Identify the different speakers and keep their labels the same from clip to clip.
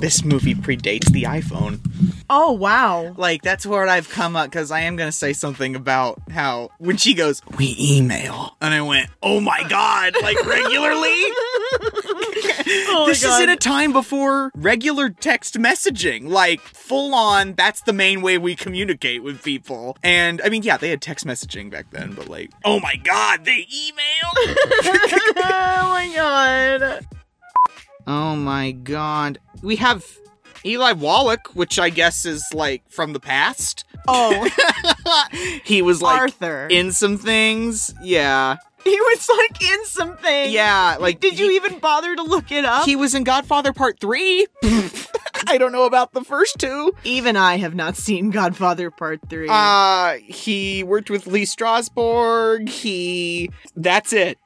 Speaker 1: this movie predates the iPhone.
Speaker 2: Oh wow.
Speaker 1: Like that's where I've come up because I am gonna say something about how when she goes, we email, and I went, oh my god, like regularly.
Speaker 2: Oh my
Speaker 1: this is
Speaker 2: God.
Speaker 1: in a time before regular text messaging, like full on. That's the main way we communicate with people. And I mean, yeah, they had text messaging back then, but like, oh my god, they email.
Speaker 2: oh my god.
Speaker 1: oh my god, we have Eli Wallach, which I guess is like from the past.
Speaker 2: Oh,
Speaker 1: he was like
Speaker 2: Arthur.
Speaker 1: in some things. Yeah.
Speaker 2: he was like in something.
Speaker 1: Yeah, like
Speaker 2: Did you
Speaker 1: he-
Speaker 2: even bother to look it up?
Speaker 1: He was in Godfather Part 3. I don't know about the first two.
Speaker 2: even I have not seen Godfather Part 3.
Speaker 1: Uh he worked with Lee Strasberg. He that's it.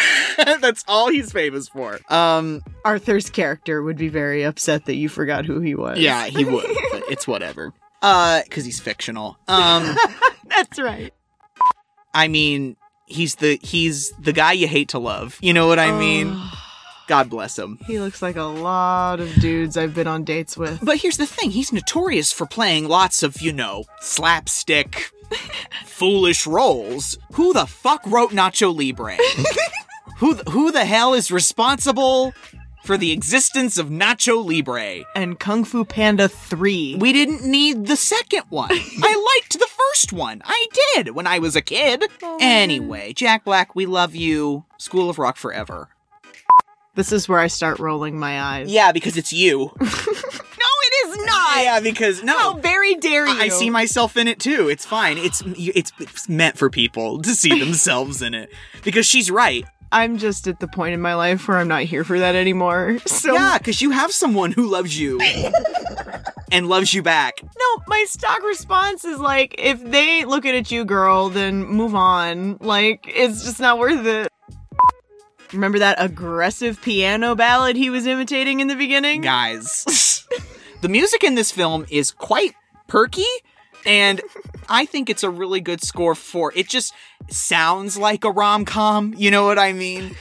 Speaker 1: that's all he's famous for. Um
Speaker 2: Arthur's character would be very upset that you forgot who he was.
Speaker 1: yeah, he would, but it's whatever. Uh cuz he's fictional. Um
Speaker 2: That's right.
Speaker 1: I mean, he's the he's the guy you hate to love. You know what I mean? God bless him.
Speaker 2: He looks like a lot of dudes I've been on dates with.
Speaker 1: But here's the thing he's notorious for playing lots of, you know, slapstick, foolish roles. Who the fuck wrote Nacho Libre? who, th- who the hell is responsible for the existence of Nacho Libre?
Speaker 2: And Kung Fu Panda 3.
Speaker 1: We didn't need the second one. I liked the first one. I did when I was a kid. anyway, Jack Black, we love you. School of Rock forever.
Speaker 2: this is where I start rolling my eyes.
Speaker 1: Yeah, because it's you.
Speaker 2: No, it is not!
Speaker 1: yeah, because no.
Speaker 2: How very dare you!
Speaker 1: I see myself in it too. It's fine. It's it's it's meant for people to see themselves in it because she's right.
Speaker 2: I'm just at the point in my life where I'm not here for that anymore. So
Speaker 1: Yeah, because you have someone who loves you and loves you back.
Speaker 2: No, my stock response is like, if they look at you, girl, then move on. Like, it's just not worth it. Remember that aggressive piano ballad he was imitating in the beginning?
Speaker 1: Guys, the music in this film is quite perky, and I think it's a really good score for it. Just sounds like a rom com, you know what I mean?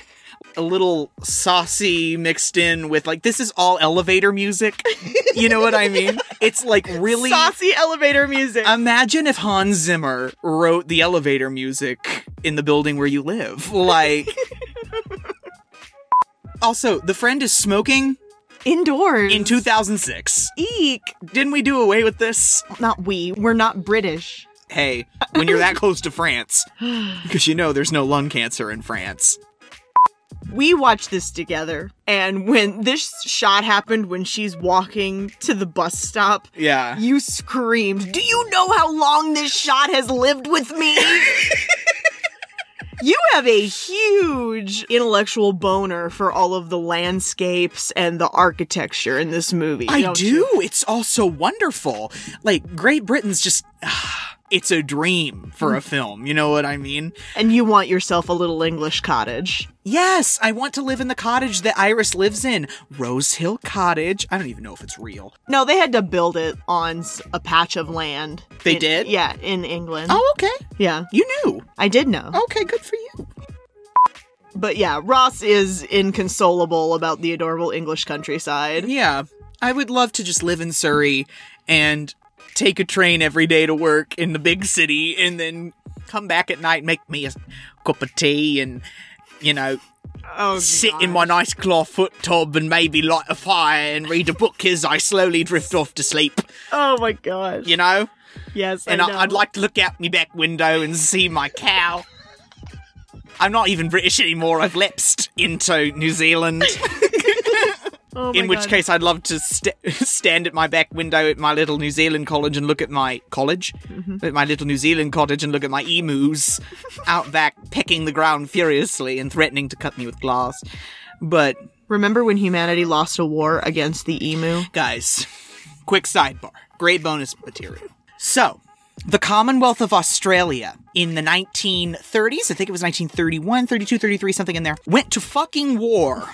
Speaker 1: A little saucy mixed in with like this is all elevator music, you know what I mean? It's like really Um,
Speaker 2: Saucy elevator music.
Speaker 1: Imagine if Hans Zimmer wrote the elevator music in the building where you live. Like. also, the friend is smoking
Speaker 2: Indoors.
Speaker 1: in 2006.
Speaker 2: Eek.
Speaker 1: Didn't we do away with this?
Speaker 2: Not we. We're not British.
Speaker 1: Hey, when you're that close to France, because you know there's no lung cancer in France.
Speaker 2: We watched this together, and when this shot happened, when she's walking to the bus stop,
Speaker 1: Yeah.
Speaker 2: you screamed, Do you know how long this shot has lived with me? you have a huge intellectual boner for all of the landscapes and the architecture in this movie.
Speaker 1: I
Speaker 2: don't
Speaker 1: do.
Speaker 2: you?
Speaker 1: It's all so wonderful. Like, Great Britain's just. it's a dream for a film. You know what I mean?
Speaker 2: And you want yourself a little English cottage.
Speaker 1: Yes, I want to live in the cottage that Iris lives in. Rose Hill Cottage. I don't even know if it's real.
Speaker 2: No, they had to build it on s- a patch of land.
Speaker 1: They
Speaker 2: in-
Speaker 1: did?
Speaker 2: Yeah, in England.
Speaker 1: Oh, okay.
Speaker 2: Yeah,
Speaker 1: You knew.
Speaker 2: I did know.
Speaker 1: Okay, good for you.
Speaker 2: But yeah, Ross is inconsolable about the adorable English countryside.
Speaker 1: Yeah, I would love to just live in Surrey and take a train every day to work in the big city and then come back at night, make me a cup of tea and, you know,
Speaker 2: Oh,
Speaker 1: sit in my nice clawfoot tub and maybe light a fire and read a book as I slowly drift off to sleep,
Speaker 2: Oh my gosh.
Speaker 1: you know?
Speaker 2: Yes,
Speaker 1: and
Speaker 2: I
Speaker 1: I I'd
Speaker 2: know.
Speaker 1: like to look out my back window and see my cow. I'm not even British anymore. I've lapsed into New Zealand.
Speaker 2: Oh
Speaker 1: in
Speaker 2: my
Speaker 1: which
Speaker 2: God.
Speaker 1: case, I'd love to st- stand at my back window at my little New Zealand college and look at my college,
Speaker 2: Mm-hmm.
Speaker 1: at my little New Zealand cottage and look at my emus out back pecking the ground furiously and threatening to cut me with glass. But
Speaker 2: remember when humanity lost a war against the emu?
Speaker 1: guys, quick sidebar. Great bonus material. So, the Commonwealth of Australia in the 1930s, I think it was 1931, 32, 33, something in there, went to fucking war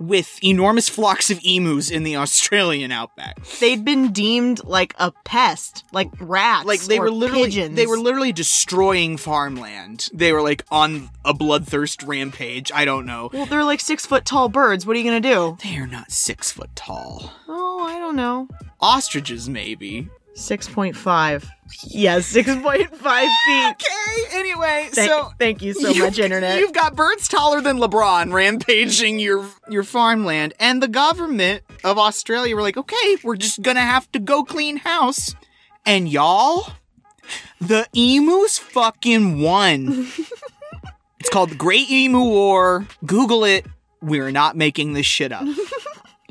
Speaker 1: with enormous flocks of emus in the Australian outback.
Speaker 2: They'd been deemed like a pest, like rats,
Speaker 1: Like they
Speaker 2: or
Speaker 1: were literally
Speaker 2: pigeons.
Speaker 1: they were literally destroying farmland. They were like on a bloodthirst rampage. I don't know.
Speaker 2: well, they're like six foot tall birds. What are you gonna do?
Speaker 1: They are not six foot tall.
Speaker 2: Oh, I don't know.
Speaker 1: Ostriches, maybe.
Speaker 2: Six point five. Yeah, six point five feet.
Speaker 1: Okay. Anyway,
Speaker 2: Thank,
Speaker 1: so
Speaker 2: thank you so
Speaker 1: You've-
Speaker 2: much, internet.
Speaker 1: You've got birds taller than LeBron rampaging your your farmland, and the government of Australia were like, "Okay, we're just gonna have to go clean house," and y'all, the emus fucking won. it's called the Great Emu War. Google it. We're not making this shit up.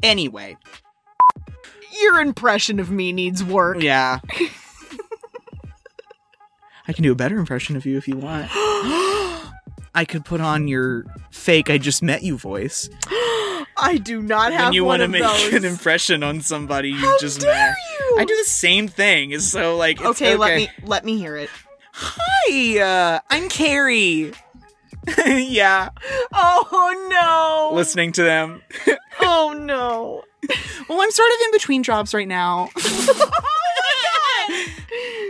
Speaker 1: anyway,
Speaker 2: Your impression of me needs work.
Speaker 1: yeah. I can do a better impression of you if you want. I could put on your fake I just met you voice.
Speaker 2: I do not have
Speaker 1: when you
Speaker 2: one
Speaker 1: want to
Speaker 2: of
Speaker 1: make
Speaker 2: those.
Speaker 1: an impression on somebody you
Speaker 2: How
Speaker 1: just
Speaker 2: dare
Speaker 1: met.
Speaker 2: you?
Speaker 1: I do the same thing. It's so like it's
Speaker 2: okay, let me let me hear it.
Speaker 1: Hi, uh, I'm Carrie. yeah,
Speaker 2: Oh no!
Speaker 1: listening to them.
Speaker 2: Oh no!
Speaker 1: Well, I'm sort of in between jobs right now. Oh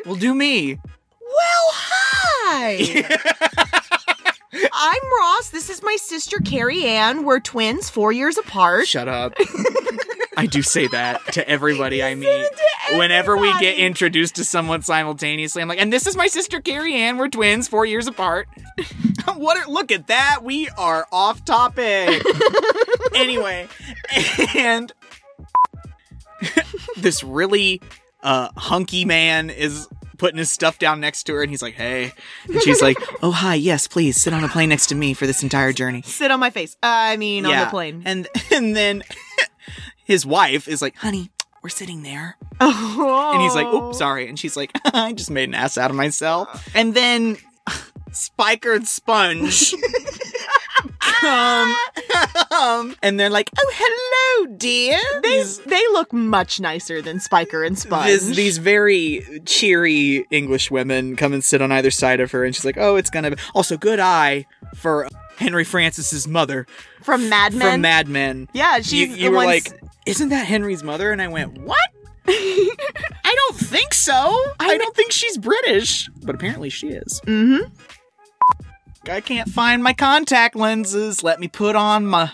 Speaker 1: well, do me.
Speaker 2: Well, hi! I'm Ross. This is my sister, Carrie Ann. We're twins, four years apart.
Speaker 1: Shut up. I do say that to everybody I meet.
Speaker 2: to
Speaker 1: Whenever we get
Speaker 2: everybody.
Speaker 1: introduced to someone simultaneously, I'm like, and this is my sister Carrie Ann. We're twins, four years apart. what? Are, look at that. We are off topic. anyway, and this really uh, hunky man is putting his stuff down next to her, and he's like, "Hey," and she's like, "Oh hi, yes, please sit on a plane next to me for this entire journey."
Speaker 2: Sit on my face. Uh, I mean, on the plane.
Speaker 1: And and then his wife is like, "Honey, we're sitting there."
Speaker 2: Oh.
Speaker 1: And he's like, "Oops, sorry." And she's like, "I just made an ass out of myself." And then Spiker and Sponge come, um, and they're like, "Oh, hello, dear." These,
Speaker 2: Ah. They look much nicer than Spiker and Sponge.
Speaker 1: this- these very cheery English women come and sit on either side of her, and she's like, "Oh, it's gonna." Be. Also, good eye for Henry Francis's mother
Speaker 2: from Mad Men.
Speaker 1: from Mad Men.
Speaker 2: yeah, she's
Speaker 1: you,
Speaker 2: the
Speaker 1: you were
Speaker 2: one
Speaker 1: like,
Speaker 2: s-
Speaker 1: "Isn't that Henry's mother?" And I went, "What? I don't think so. I, don't think she's British, but apparently she is."
Speaker 2: Mhm.
Speaker 1: I can't find my contact lenses. Let me put on my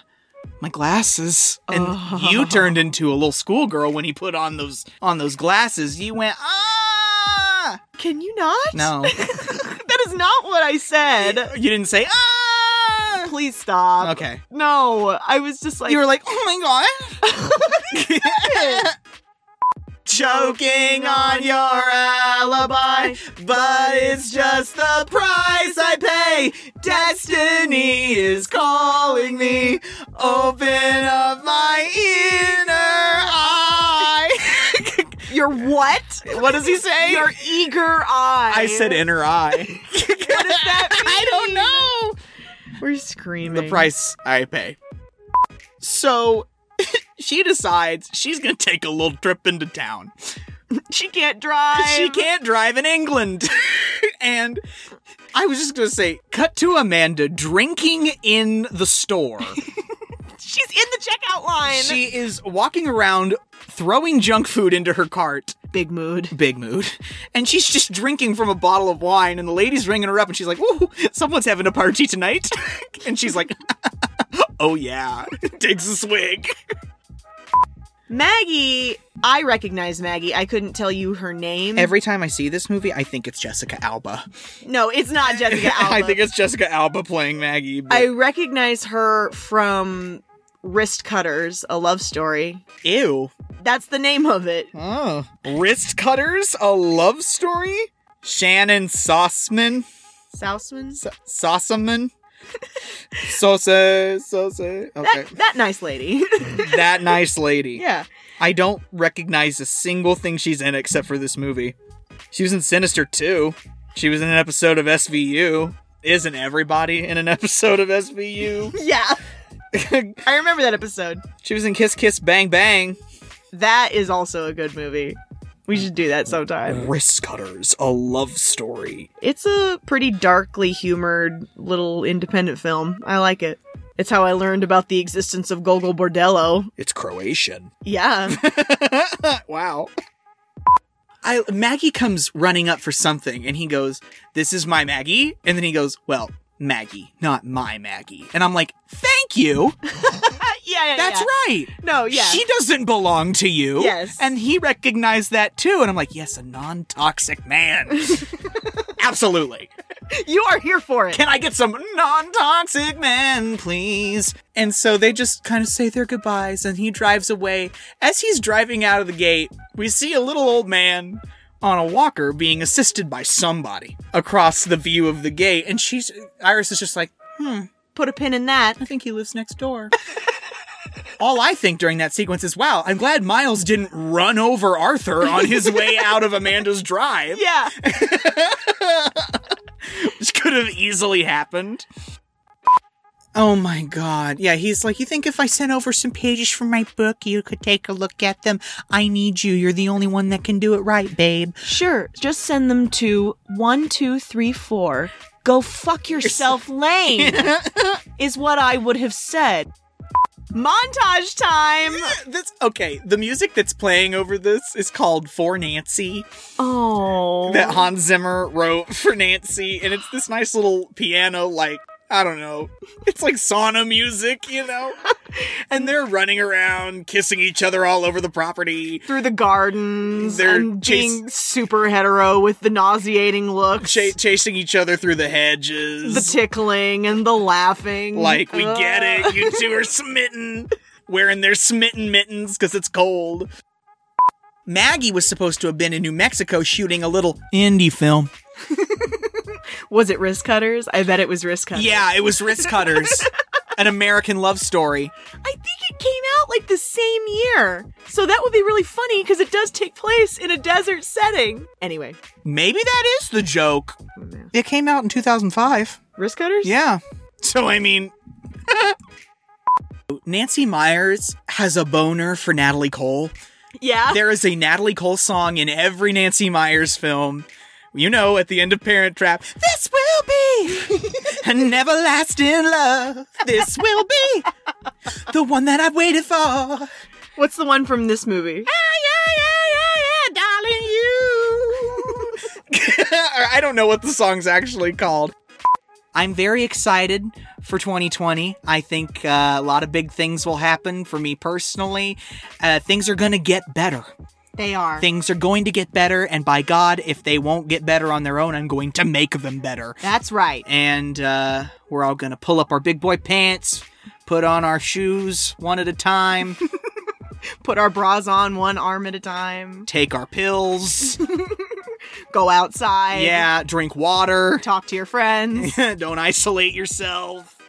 Speaker 1: my glasses. And
Speaker 2: Oh.
Speaker 1: you turned into a little schoolgirl when he put on those on those glasses. You went, "Ah!"
Speaker 2: Can you not?
Speaker 1: No,
Speaker 2: that is not what I said.
Speaker 1: you didn't say, "Ah."
Speaker 2: Please stop.
Speaker 1: Okay.
Speaker 2: No, I was just like,
Speaker 1: you were like, oh my god. Choking on your alibi, but it's just the price I pay. Destiny is calling me. Open up my inner eye.
Speaker 2: your what?
Speaker 1: what does he say?
Speaker 2: Your eager eye.
Speaker 1: I said inner eye.
Speaker 2: What does that
Speaker 1: I don't
Speaker 2: mean?
Speaker 1: know.
Speaker 2: We're screaming.
Speaker 1: the price I pay. So she decides she's going to take a little trip into town.
Speaker 2: She can't drive.
Speaker 1: She can't drive in England. and I was just going to say cut to Amanda drinking in the store.
Speaker 2: She's in the checkout line.
Speaker 1: she is walking around throwing junk food into her cart.
Speaker 2: Big mood.
Speaker 1: Big mood. And she's just drinking from a bottle of wine, and the lady's ringing her up, and she's like, Ooh, someone's having a party tonight. and she's like, Oh, yeah. Takes a swig.
Speaker 2: Maggie. I recognize Maggie. I couldn't tell you her name.
Speaker 1: Every time I see this movie, I think it's Jessica Alba.
Speaker 2: no, it's not Jessica Alba.
Speaker 1: I think it's Jessica Alba playing Maggie. But
Speaker 2: I recognize her from Wrist Cutters, a love story.
Speaker 1: ew.
Speaker 2: That's the name of it.
Speaker 1: Oh. Wrist Cutters, a love story? Shannon Sossman?
Speaker 2: Sousman's?
Speaker 1: S- Sossaman? Sosa, Sosa. Okay.
Speaker 2: That, that nice lady.
Speaker 1: that nice lady.
Speaker 2: yeah.
Speaker 1: I don't recognize a single thing she's in except for this movie. She was in Sinister 2. She was in an episode of SVU. Isn't everybody in an episode of SVU?
Speaker 2: Yeah. I remember that episode.
Speaker 1: She was in Kiss Kiss Bang Bang.
Speaker 2: That is also a good movie. We should do that sometime.
Speaker 1: Wrist Cutters, a love story.
Speaker 2: It's a pretty darkly humored little independent film. I like it. It's how I learned about the existence of Gogol Bordello.
Speaker 1: It's Croatian.
Speaker 2: Yeah.
Speaker 1: wow. I Maggie comes running up for something and he goes, "This is my Maggie." And then he goes, "Well, Maggie, not my Maggie." And I'm like, "Thank you.
Speaker 2: yeah, yeah.
Speaker 1: That's
Speaker 2: yeah.
Speaker 1: right.
Speaker 2: No, yeah.
Speaker 1: She doesn't belong to you."
Speaker 2: Yes.
Speaker 1: And he recognized that too. And I'm like, "Yes, a non-toxic man." Absolutely.
Speaker 2: you are here for it.
Speaker 1: Can I get some non-toxic men, please? And so they just kind of say their goodbyes and he drives away. As he's driving out of the gate, we see a little old man on a walker being assisted by somebody across the view of the gate and she's Iris is just like, "Hmm,
Speaker 2: Put a pin in that.
Speaker 1: I think he lives next door." All I think during that sequence is, "Wow, I'm glad Miles didn't run over Arthur on his way out of Amanda's drive."
Speaker 2: Yeah.
Speaker 1: Which could have easily happened. Oh my god. Yeah, he's like, You think if I sent over some pages from my book, you could take a look at them? I need you. You're the only one that can do it right, babe.
Speaker 2: Sure. Just send them to one, two, three, four. Go fuck yourself, Lane, is what I would have said. Montage time.
Speaker 1: That's okay. The music that's playing over this is called For Nancy,
Speaker 2: Oh.
Speaker 1: that Hans Zimmer wrote for Nancy, and it's this nice little piano, like, I don't know. It's like sauna music, you know? And they're running around, kissing each other all over the property.
Speaker 2: through the gardens
Speaker 1: They're
Speaker 2: and
Speaker 1: chase-
Speaker 2: being super hetero with the nauseating looks,
Speaker 1: cha- chasing each other through the hedges.
Speaker 2: the tickling and the laughing.
Speaker 1: like, we get
Speaker 2: Ugh.
Speaker 1: it. You two are smitten. Wearing their smitten mittens because it's cold. Maggie was supposed to have been in New Mexico shooting a little indie film.
Speaker 2: Was it wrist cutters? I bet it was wrist cutters.
Speaker 1: Yeah, it was Wrist Cutters, an American love story.
Speaker 2: I think it came out like the same year. So that would be really funny because it does take place in a desert setting. Anyway,
Speaker 1: Maybe that is the joke. It came out in 2005.
Speaker 2: wrist cutters?
Speaker 1: Yeah. So, I mean. Nancy Myers has a boner for Natalie Cole.
Speaker 2: Yeah.
Speaker 1: there is a Natalie Cole song in every Nancy Myers film. You know, at the end of Parent Trap, this will be an everlasting love. This will be the one that I've waited for. Yeah,
Speaker 2: What's the one from this movie?
Speaker 1: yeah, yeah, yeah, darling, you. Or I don't know what the song's actually called. I'm very excited for 2020. I think uh, a lot of big things will happen for me personally. Uh, things are going to get better.
Speaker 2: They are.
Speaker 1: Things are going to get better, and by God, if they won't get better on their own, I'm going to make them better.
Speaker 2: That's right.
Speaker 1: And uh, we're all going to pull up our big boy pants, put on our shoes one at a time,
Speaker 2: Put our bras on one arm at a time.
Speaker 1: take our pills,
Speaker 2: Go outside.
Speaker 1: yeah, drink water,
Speaker 2: Talk to your friends.
Speaker 1: don't isolate yourself.